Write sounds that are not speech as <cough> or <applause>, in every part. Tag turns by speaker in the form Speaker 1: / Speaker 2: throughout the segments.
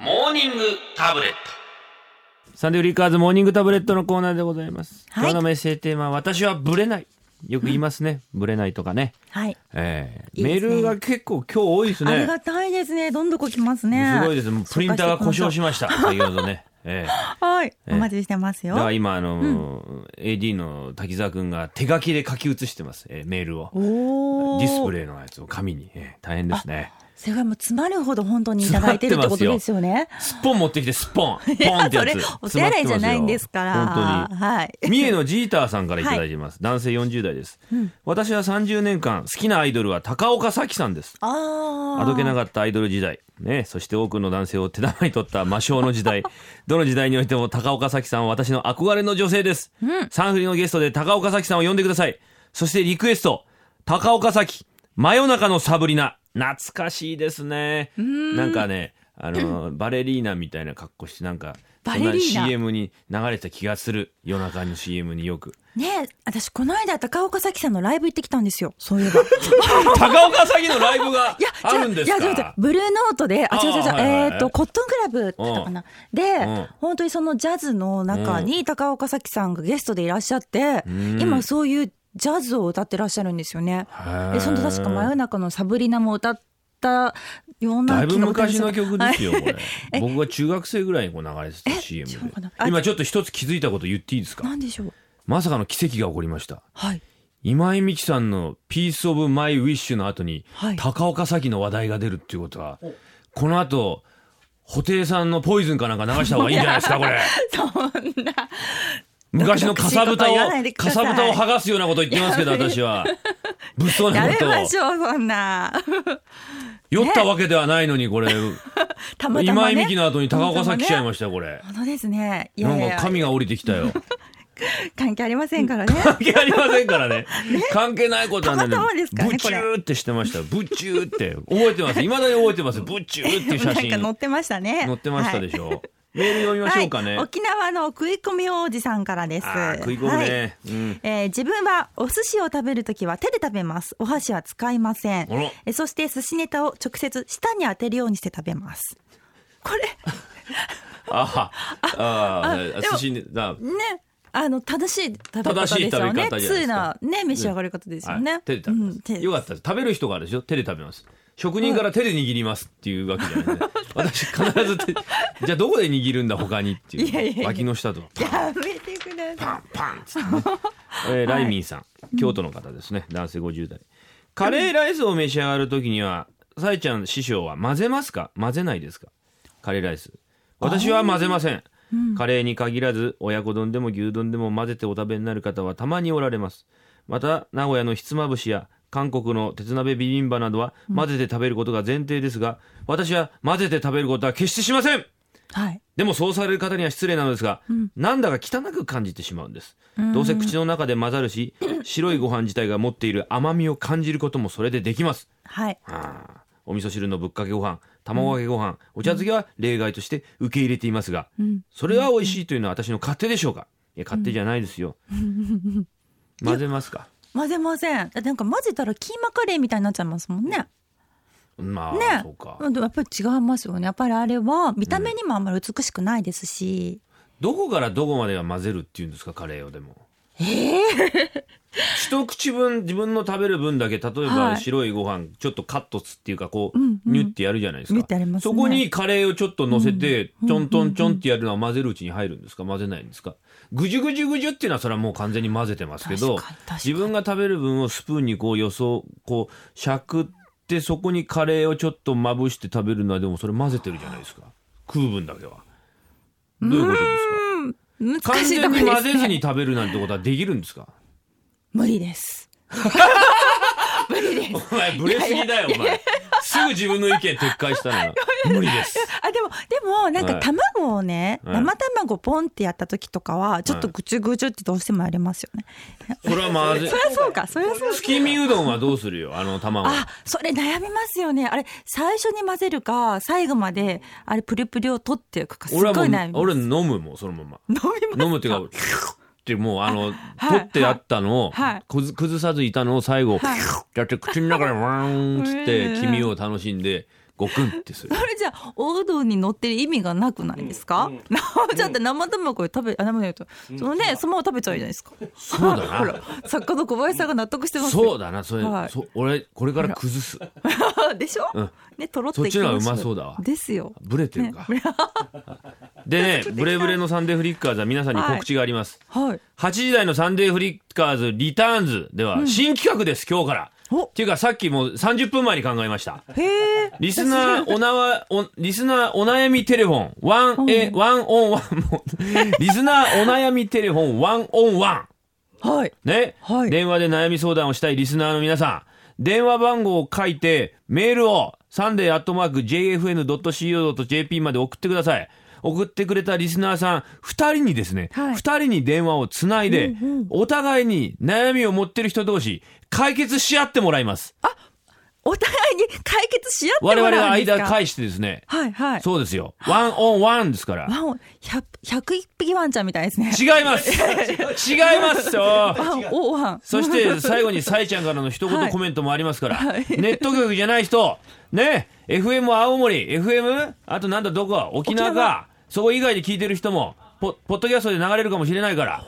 Speaker 1: ーニングタブレッ
Speaker 2: サンデーフリーカーズモーニングタブレットのコーナーでございます。
Speaker 3: はい
Speaker 2: 今日のメッセージテーマは、私はブレない。よく言いますね。ブレないとかね。
Speaker 3: はい。
Speaker 2: えー
Speaker 3: いい
Speaker 2: メ
Speaker 3: ですね
Speaker 2: ールが結構今日多いです
Speaker 3: あり
Speaker 2: ね。
Speaker 3: がたいですね。どんどこ来ますね。
Speaker 2: すごいです。もうプリンターが故障しました。先ほどね。ええ
Speaker 3: はい。お待ちしてます
Speaker 2: だ
Speaker 3: よ。
Speaker 2: から今、あのー、AD の滝沢くんが手書きで書き写してます。えーメールを。
Speaker 3: おお。
Speaker 2: ディスプレイのやつを紙に。えー大変ですね。
Speaker 3: それはもう詰まるほど本当にいただいてるってことですよね。
Speaker 2: スッポン持ってきて、スッポンポンっ
Speaker 3: <laughs> い
Speaker 2: てやつ。
Speaker 3: それお手洗いじゃないんですから。
Speaker 2: 詰まってますよ本当に。
Speaker 3: はい。
Speaker 2: 三重のジーターさんからいただいてます。男性40代です、私は30年間好きなアイドルは高岡早紀さんです。
Speaker 3: ああ。
Speaker 2: あどけなかったアイドル時代、ね、そして多くの男性を手玉に取った魔性の時
Speaker 3: <laughs>
Speaker 2: 代、どの時代においても高岡早紀さんは私の憧れの女性です。サンフリのゲストで高岡早紀さんを呼んでください。そしてリクエスト、高岡早紀、真夜中のサブリナ。懐かしいですね。なんかね、あ
Speaker 3: <laughs>
Speaker 2: の、バレリーナみたいな格好して、なんか、
Speaker 3: バレリーナ
Speaker 2: そんな CM に流れてた気がする。夜中の CM によく。
Speaker 3: ねえ、私この間高岡早紀さんのライブ行ってきたんですよ。そういえ
Speaker 2: <laughs>
Speaker 3: ば。
Speaker 2: 高岡早紀のライブが
Speaker 3: いや、
Speaker 2: あ
Speaker 3: 違う
Speaker 2: るんですか
Speaker 3: いや、違う違うブルーノートで、あ、違う違う違う、
Speaker 2: あーはいはいはい
Speaker 3: えっ、と、コットンクラブだったかな。で、
Speaker 2: うん
Speaker 3: 本当にそのジャズの中に高岡早紀さんがゲストでいらっしゃって、今そういうジャズを歌ってらっしゃるんですよね。
Speaker 2: へー
Speaker 3: で、その確か真夜中のサブリナも歌ったような
Speaker 2: だい
Speaker 3: 気
Speaker 2: ぶ
Speaker 3: が私
Speaker 2: 昔の曲ですよ、
Speaker 3: は
Speaker 2: こ
Speaker 3: い
Speaker 2: れ。僕が中学生ぐらいにこう流れてた CM で
Speaker 3: そうかな。あ
Speaker 2: 今ちょっと一つ気づいたこと言っていいですか
Speaker 3: 何でしょう。
Speaker 2: まさかの奇跡が起こりました。
Speaker 3: はい。 <laughs>
Speaker 2: 今井美樹さんの「ピース・オブ・マイ・ウィッシュ」の後に、
Speaker 3: はい
Speaker 2: 高岡早紀の話題が出るっていうことは、この後、布袋さんのポイズンかなんか流した方がいいんじゃないです
Speaker 3: <laughs>
Speaker 2: か、これ。
Speaker 3: そんな。
Speaker 2: 昔のかさぶた
Speaker 3: どう
Speaker 2: を
Speaker 3: かしいことは言わないで、く
Speaker 2: か
Speaker 3: ださ
Speaker 2: さ
Speaker 3: い
Speaker 2: ぶたを剥がすようなこと言ってます
Speaker 3: <laughs>
Speaker 2: けど、私は。物騒 <laughs>
Speaker 3: や
Speaker 2: なこ
Speaker 3: め
Speaker 2: とを。
Speaker 3: ましょう、そ
Speaker 2: <laughs>
Speaker 3: んな。
Speaker 2: 酔ったわけではないのに、これ。
Speaker 3: た <laughs> またま、
Speaker 2: 今
Speaker 3: ね。
Speaker 2: 井美樹の後に高岡早紀来ちゃい
Speaker 3: ま
Speaker 2: ましたよ、これ。
Speaker 3: 本当ですね。い
Speaker 2: な
Speaker 3: やい
Speaker 2: ん
Speaker 3: や
Speaker 2: か、神が降りてきたよ。
Speaker 3: 関係ありませ
Speaker 2: <laughs>
Speaker 3: んからね。
Speaker 2: 関係ありません
Speaker 3: <laughs>
Speaker 2: からね。関係ないことはない
Speaker 3: たまたまですからね
Speaker 2: ブチューってしてました。ブチューって。覚えてます。いまだに覚えてます。ブチューっていう
Speaker 3: な
Speaker 2: 写
Speaker 3: んか
Speaker 2: 真。
Speaker 3: 載ってましたね。
Speaker 2: 載ってましたでしょ。メール読みましょうかね。
Speaker 3: はい、沖縄の食い込み王子さんからです。
Speaker 2: あー食い込む
Speaker 3: はい
Speaker 2: ね。うん
Speaker 3: えー自分はお寿司を食べるときは手で食べます。お箸は使いません
Speaker 2: あら。
Speaker 3: えそして寿司ネタを直接舌に当てるようにして食べます。これ
Speaker 2: ああ、ああ、
Speaker 3: でも
Speaker 2: 寿司に、だ、
Speaker 3: ね、あの正しい食べ方ですよね。
Speaker 2: 正しい食べ方じゃないですか
Speaker 3: 通なね召し上がり方ですよね。
Speaker 2: はい手で食べます、
Speaker 3: うん手で
Speaker 2: よかったです食べる人があるでしょ手で食べます職人から手で握りますっていうわけじゃない、ね、
Speaker 3: <laughs>
Speaker 2: 私必ず手じゃあどこで握るんだ他にっていう
Speaker 3: いやいやいや
Speaker 2: 脇の下とか
Speaker 3: やめてください。
Speaker 2: パンパンっつって <laughs> ね、えーライミンさん、京都の方ですね男性50代カレーライスを召し上がる時にはさえちゃん師匠は混ぜますか混ぜないですかカレーライス私は混ぜません、カレーに限らず親子丼でも牛丼でも混ぜてお食べになる方はたまにおられますまた名古屋のひつまぶしや韓国の鉄鍋ビビンバなどは混ぜて食べることが前提ですが、私は混ぜて食べることは決してしません
Speaker 3: はい。
Speaker 2: でもそうされる方には失礼なのですが、なんだか汚く感じてしまうんです。どうせ口の中で混ざる <laughs> し、白いご飯自体が持っている甘みを感じることもそれでできます。
Speaker 3: はい。
Speaker 2: あーお味噌汁のぶっかけご飯、卵かけご飯、お茶漬けは例外として受け入れていますが、それは美味しいというのは私の勝手でしょうかいや、勝手じゃないですよ。混ぜますか
Speaker 3: 混ぜません。えなんか混ぜたらキーマカレーみたいになっちゃいますもんね。
Speaker 2: まあ、
Speaker 3: ね
Speaker 2: そうか。
Speaker 3: うんでもやっぱり違いますよねやっぱりあれは見た目にもあんまり美しくないですし、
Speaker 2: どこからどこまでが混ぜるっていうんですか、カレーをでも。一口分、自分の食べる分だけ、例え
Speaker 3: は
Speaker 2: ば
Speaker 3: い
Speaker 2: 白いご飯、ちょっとカットつっていうか、こう、
Speaker 3: うんうん
Speaker 2: ニュってやるじゃないですか。
Speaker 3: ニュってやりますね
Speaker 2: そこにカレーをちょっと乗せて、
Speaker 3: うん
Speaker 2: ちょんとんちょんってやるのは混ぜるうちに入るんですか混ぜないんですかぐじゅぐじゅぐじゅっていうのはそれはもう完全に混ぜてますけど
Speaker 3: 確かに確か、に
Speaker 2: 自分が食べる分をスプーンにこう予想、こう、しゃくって、そこにカレーをちょっとまぶして食べるのは、でもそれ混ぜてるじゃないですか。食う分だけは。どういうことですか
Speaker 3: 難
Speaker 2: 完
Speaker 3: しいと
Speaker 2: 全
Speaker 3: こ
Speaker 2: に
Speaker 3: ろ
Speaker 2: 混
Speaker 3: で
Speaker 2: ぜ
Speaker 3: す
Speaker 2: ず
Speaker 3: ね
Speaker 2: に食べるなんてことはできるんですか
Speaker 3: 無理です
Speaker 2: お前ブレすぎだよお前すぐ自分の意見撤回したな無理です
Speaker 3: あでもでもなん
Speaker 2: は
Speaker 3: か
Speaker 2: い
Speaker 3: 卵をね、
Speaker 2: はい
Speaker 3: 生卵ポンってやった時とかはちょっとぐちゅぐちゅってどうしてもやりますよね、
Speaker 2: それはまずい
Speaker 3: そりゃそうかそりゃそうか
Speaker 2: 月見うどんはどうするよあの卵
Speaker 3: あそれ悩みますよねあれ最初に混ぜるか最後まであれプリプリを取っていくかすっごい
Speaker 2: 俺は
Speaker 3: 悩み
Speaker 2: もう
Speaker 3: ます
Speaker 2: 俺飲むもんそのまま
Speaker 3: <laughs> 飲みます
Speaker 2: 飲むっていうかキュッってもうあの
Speaker 3: はい
Speaker 2: 取ってあったのを
Speaker 3: はい
Speaker 2: くず崩さずいたのを最後
Speaker 3: はい
Speaker 2: やって口の中でワーンっつっ
Speaker 3: う
Speaker 2: て
Speaker 3: ん
Speaker 2: 君を楽しんでゴクンってする
Speaker 3: <laughs> それじゃあおうどんに乗ってる意味がなくないですか、
Speaker 1: うんうん
Speaker 3: <laughs> じゃあって生卵食べあ生卵とそのねそのまま食べちゃうじゃないですか
Speaker 2: そうだ
Speaker 3: <laughs> ほら
Speaker 2: な
Speaker 3: 作家の小林さんが納得してます
Speaker 2: そう
Speaker 3: う
Speaker 2: だなそれ、
Speaker 3: はい
Speaker 2: そ俺これから崩す
Speaker 3: でしょ、
Speaker 2: うん
Speaker 3: ねとろっと
Speaker 2: そっちの方がうま
Speaker 3: う
Speaker 2: そうだわ
Speaker 3: ですよ
Speaker 2: ブレてるか、でねブレブレのサンデーフリッカーズは皆さんに告知があります、
Speaker 3: <laughs> はい
Speaker 2: 8時台のサンデーフリッカーズリターンズでは新企画です、今日から
Speaker 3: お
Speaker 2: っていうかさっきもう30分前に考えました
Speaker 3: へえ
Speaker 2: リスナ
Speaker 3: <laughs>
Speaker 2: ーおなわおリスナーお悩みテレフォンワンえワンオンワンもうリスナーお悩みテレフォンワンオンワ
Speaker 3: はい
Speaker 2: ンね、
Speaker 3: はい
Speaker 2: 電話で悩み相談をしたいリスナーの皆さん電話番号を書いてメールをサンデーアットマーク JFN.CO.JP まで送ってください送ってくれたリスナーさん2人にですね、
Speaker 3: はい
Speaker 2: 2人に電話をつないで、お互いに悩みを持ってる人同士解決し合ってもらいます
Speaker 3: お互いに解決し合って
Speaker 2: 我
Speaker 3: も
Speaker 2: 々が
Speaker 3: らうんですか
Speaker 2: 間返してですね
Speaker 3: はいはい
Speaker 2: そうですよ。ワンオンワンですから。
Speaker 3: ワンを100 101匹ワンちゃんみたいですね
Speaker 2: 違い
Speaker 3: <laughs>
Speaker 2: ます。違いますよ。
Speaker 3: ワンオーワン
Speaker 2: そして最後にさえちゃんからの一
Speaker 3: は
Speaker 2: 言
Speaker 3: い
Speaker 2: コメントもありますから、
Speaker 3: はい
Speaker 2: ネット局じゃない人、ね、FM 青森、FM、あとなんだどこ、沖縄
Speaker 3: 沖縄
Speaker 2: か、そこ以外で聞いてる人もポ、ポッドキャストで流れるかもしれないから、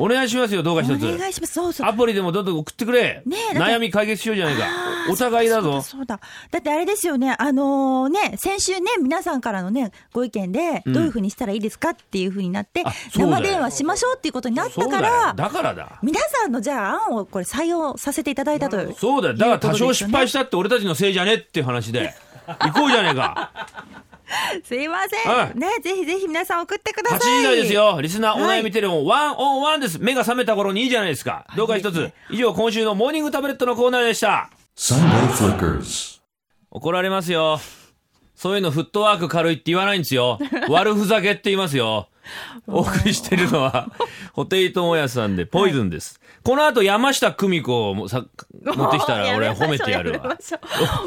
Speaker 2: お願いしますよ、どうか一
Speaker 3: お
Speaker 2: つ。
Speaker 3: 願いしますそうそう
Speaker 2: アプリでもどんどん送ってくれ。
Speaker 3: ねえだって
Speaker 2: 悩み解決しようじゃないか。お互いだぞ。
Speaker 3: そうだそうだだってあれですよねあのね先週ね皆さんからのねご意見でどういうふうにしたらいいですかっていうふうになって、
Speaker 2: あそうだよ
Speaker 3: 生電話しましょうっていうことになっ
Speaker 2: そ
Speaker 3: た
Speaker 2: う
Speaker 3: か
Speaker 2: だよ
Speaker 3: ら
Speaker 2: だからだ。
Speaker 3: 皆さんのじゃあ案をこれ採用させていただいたという
Speaker 2: そうだよ。だから多少失敗したって俺たちのせいじゃねっていう話で。行こうじゃねえか。
Speaker 3: すいま
Speaker 2: は
Speaker 3: せ
Speaker 2: い
Speaker 3: んねぜひぜひ皆さん送ってくださ
Speaker 2: 8
Speaker 3: い
Speaker 2: 時台ですよ。リスナーお
Speaker 3: は
Speaker 2: 悩
Speaker 3: い
Speaker 2: みテレフォン、ワンオンワンです。目が覚めた頃にいいじゃないですか。どうか一
Speaker 3: いい
Speaker 2: つ
Speaker 3: で。
Speaker 2: 以上、今週のモーニングタブレットのコーナーでした。
Speaker 4: Sunday Flickers.
Speaker 2: 怒られますよ。そういうのフットワーク軽いって言わないんです
Speaker 3: <laughs>
Speaker 2: よ。悪ふざけって言いますよ。お送りしてるの
Speaker 3: <laughs>
Speaker 2: は、布袋寅泰さんでポイズンです。この後、山下久美子をもさ持ってきたら俺褒めてやるわ。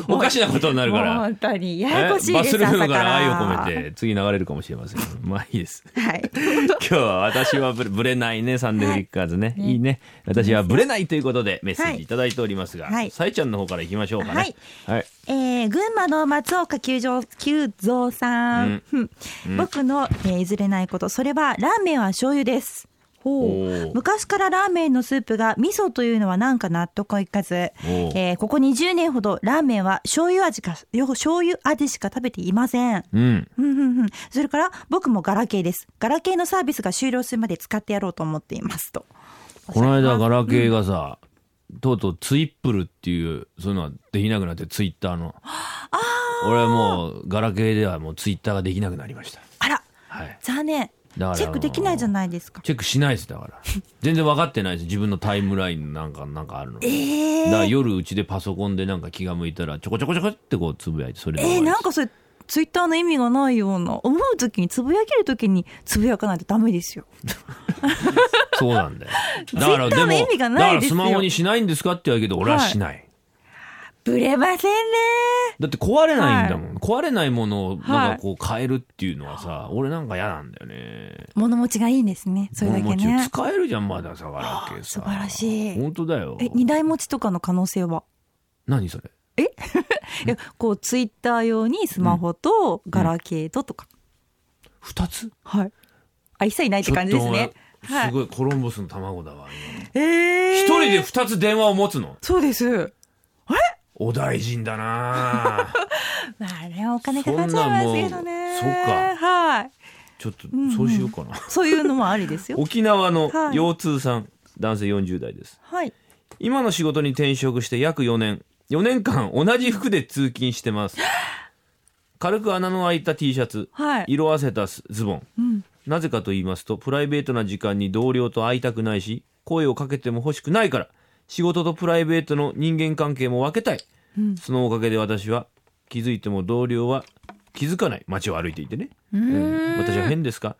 Speaker 2: おかしなことになるから。
Speaker 3: 本当に
Speaker 2: え
Speaker 3: ややこしいで
Speaker 2: バス
Speaker 3: す
Speaker 2: ルーム
Speaker 3: 朝
Speaker 2: から愛を込めて、次流れるかもしれません。まあいいです。
Speaker 3: はい
Speaker 2: 今日は私はぶれぶれないね、サンデーフリッカーズね。いいね。私はぶれないということでメッセージいただいておりますが、
Speaker 3: はい
Speaker 2: さえちゃんの方からいきましょうかね。
Speaker 3: はい。
Speaker 2: はい。
Speaker 3: えー群馬の松岡球場久蔵さん、うん僕の、えー譲れないことそれはラーメンは醤油ですほ
Speaker 2: お
Speaker 3: う
Speaker 2: ー
Speaker 3: 昔からラーメンのスープが味噌というのはなんか納得いかず、え
Speaker 2: おー
Speaker 3: ーここ20年ほどラーメンは醤油味か醤油味しか食べていません
Speaker 2: うん。
Speaker 3: ふんふんふんそれから僕もガラケーですガラケーのサービスが終了するまで使ってやろうと思っていますと
Speaker 2: この間、ガラケーがさ、とうとうツイップルっていう、そういうのはできなくなって、ツイッターの。俺はもう、ガラケーではもうツイッターができなくなりました。
Speaker 3: あら
Speaker 2: はい。
Speaker 3: 残念
Speaker 2: だから
Speaker 3: チェックできないじゃないですか
Speaker 2: チェックしないです、だから。全然分かってないです。自分のタイムラインなんか、なんかあるの。
Speaker 3: えー
Speaker 2: だから夜うちでパソコンでなんか気が向いたらちょこちょこちょこってこうつぶやいてそれで終わ
Speaker 3: えー
Speaker 2: りです
Speaker 3: なんかそれツイッターの意味がないような思う時につぶやける時につぶやかないとダメですよ
Speaker 2: そうなん
Speaker 3: <laughs>
Speaker 2: だよだから
Speaker 3: Twitter
Speaker 2: で
Speaker 3: の意味
Speaker 2: も
Speaker 3: が
Speaker 2: だ
Speaker 3: な
Speaker 2: か
Speaker 3: い
Speaker 2: ら
Speaker 3: です
Speaker 2: ス
Speaker 3: よ
Speaker 2: マホにしないんですかって言うけど俺はしない、
Speaker 3: ぶれませんね
Speaker 2: だって壊れないんだもん、壊れないものをなんかこう変えるっていうのはさ、俺なんか嫌なんだよね
Speaker 3: 物持ちがいいんですねそれだけ
Speaker 2: もうもちろん
Speaker 3: ね
Speaker 2: 使えるじゃんまださガラケーさ
Speaker 3: 素晴らしい
Speaker 2: 本当だよ
Speaker 3: え二台持ちとかの可能性は
Speaker 2: 何それ
Speaker 3: えこうツイッター用にスマホとガラケーととか、
Speaker 2: 二つっ
Speaker 3: はいあ一切ないって感じですねは
Speaker 2: す
Speaker 3: い
Speaker 2: ごいコロンボスの卵だわ今
Speaker 3: えー
Speaker 2: 一、人で二つ電話を持つの
Speaker 3: そうです
Speaker 2: お大臣だなあ
Speaker 3: <laughs> まあねお金かかっちゃいますけどね
Speaker 2: そんなもうそう
Speaker 3: はい
Speaker 2: ちょっとそうしようかな、
Speaker 3: そういうのもありですよ
Speaker 2: 沖縄の
Speaker 3: はい
Speaker 2: 腰痛さん、男性40代です
Speaker 3: はい
Speaker 2: 今の仕事に転職して約4年4年間同じ服で通勤してます軽く穴の開いた T シャツ、
Speaker 3: はい
Speaker 2: 色あせたズボン、なぜかと言いますとプライベートな時間に同僚と会いたくないし声をかけても欲しくないから仕事とプライベートの人間関係も分けたい、そのおかげで私は気づいても同僚は気づかない街を歩いていてね、うん私は変ですか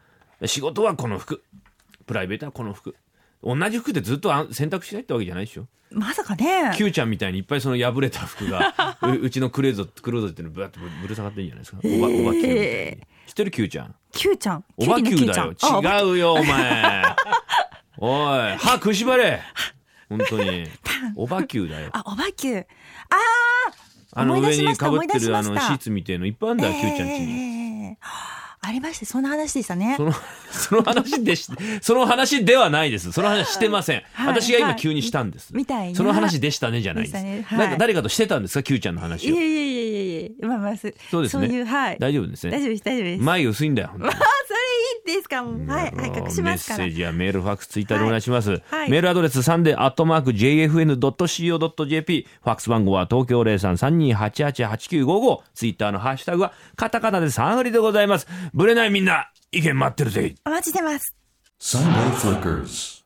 Speaker 2: 仕事はこの服プライベートはこの服同じ服でずっとあん洗濯しないってわけじゃないでしょ
Speaker 3: まさかね
Speaker 2: Q ちゃんみたいにいっぱいその破れた服 <laughs> がううちのクレーゾクローゼットにぶわっとぶぶる下がってるんじゃないですかおばおば Q みたいに知ってる Q ちゃん
Speaker 3: Q ちゃん
Speaker 2: おば
Speaker 3: キュウリ
Speaker 2: Q
Speaker 3: のキュウち
Speaker 2: だよ
Speaker 3: ゃんあおば
Speaker 2: 違うよお前お
Speaker 3: <laughs>
Speaker 2: い歯くしばれ本当におば Q だよ
Speaker 3: あ、おばきゅう。あ
Speaker 2: あの
Speaker 3: 思い出
Speaker 2: 上
Speaker 3: し
Speaker 2: に
Speaker 3: まし
Speaker 2: か
Speaker 3: た
Speaker 2: ぶって
Speaker 3: 思い出し
Speaker 2: るあ
Speaker 3: まし
Speaker 2: の
Speaker 3: た
Speaker 2: シーツみたいのいっぱいあんだ、
Speaker 3: ええ
Speaker 2: キューちゃんちに。
Speaker 3: ええありましたそんな話でしたね
Speaker 2: その <laughs> その話でしその話ではないです。その話してません。
Speaker 3: はい
Speaker 2: 私が今
Speaker 3: はい
Speaker 2: 急にしたんです。
Speaker 3: みたいな
Speaker 2: その話でしたねじゃないです。
Speaker 3: でしたねはい
Speaker 2: なんか誰かとしてたんですか、キューちゃんの
Speaker 3: い
Speaker 2: 話
Speaker 3: や
Speaker 2: を
Speaker 3: い。やいやいやいやまあまあそ
Speaker 2: そうですね
Speaker 3: いうはい
Speaker 2: 大丈夫ですね。
Speaker 3: 大丈夫です大丈夫です、
Speaker 2: 前が薄いんだよ。本当に
Speaker 3: あ <laughs> それいいですかもうはいはい隠しますから
Speaker 2: メッセージやメールファックスツイッターでお願いします、
Speaker 3: はい
Speaker 2: メールアドレスサンデーアットマーク JFN.CO.JP ファックス番号は東京0332888955ツイッターのハッシュタグはカタカナでサンフリでございますぶれないみんな意見待ってるぜ
Speaker 3: お待ちしてます
Speaker 4: Sunday Flickers.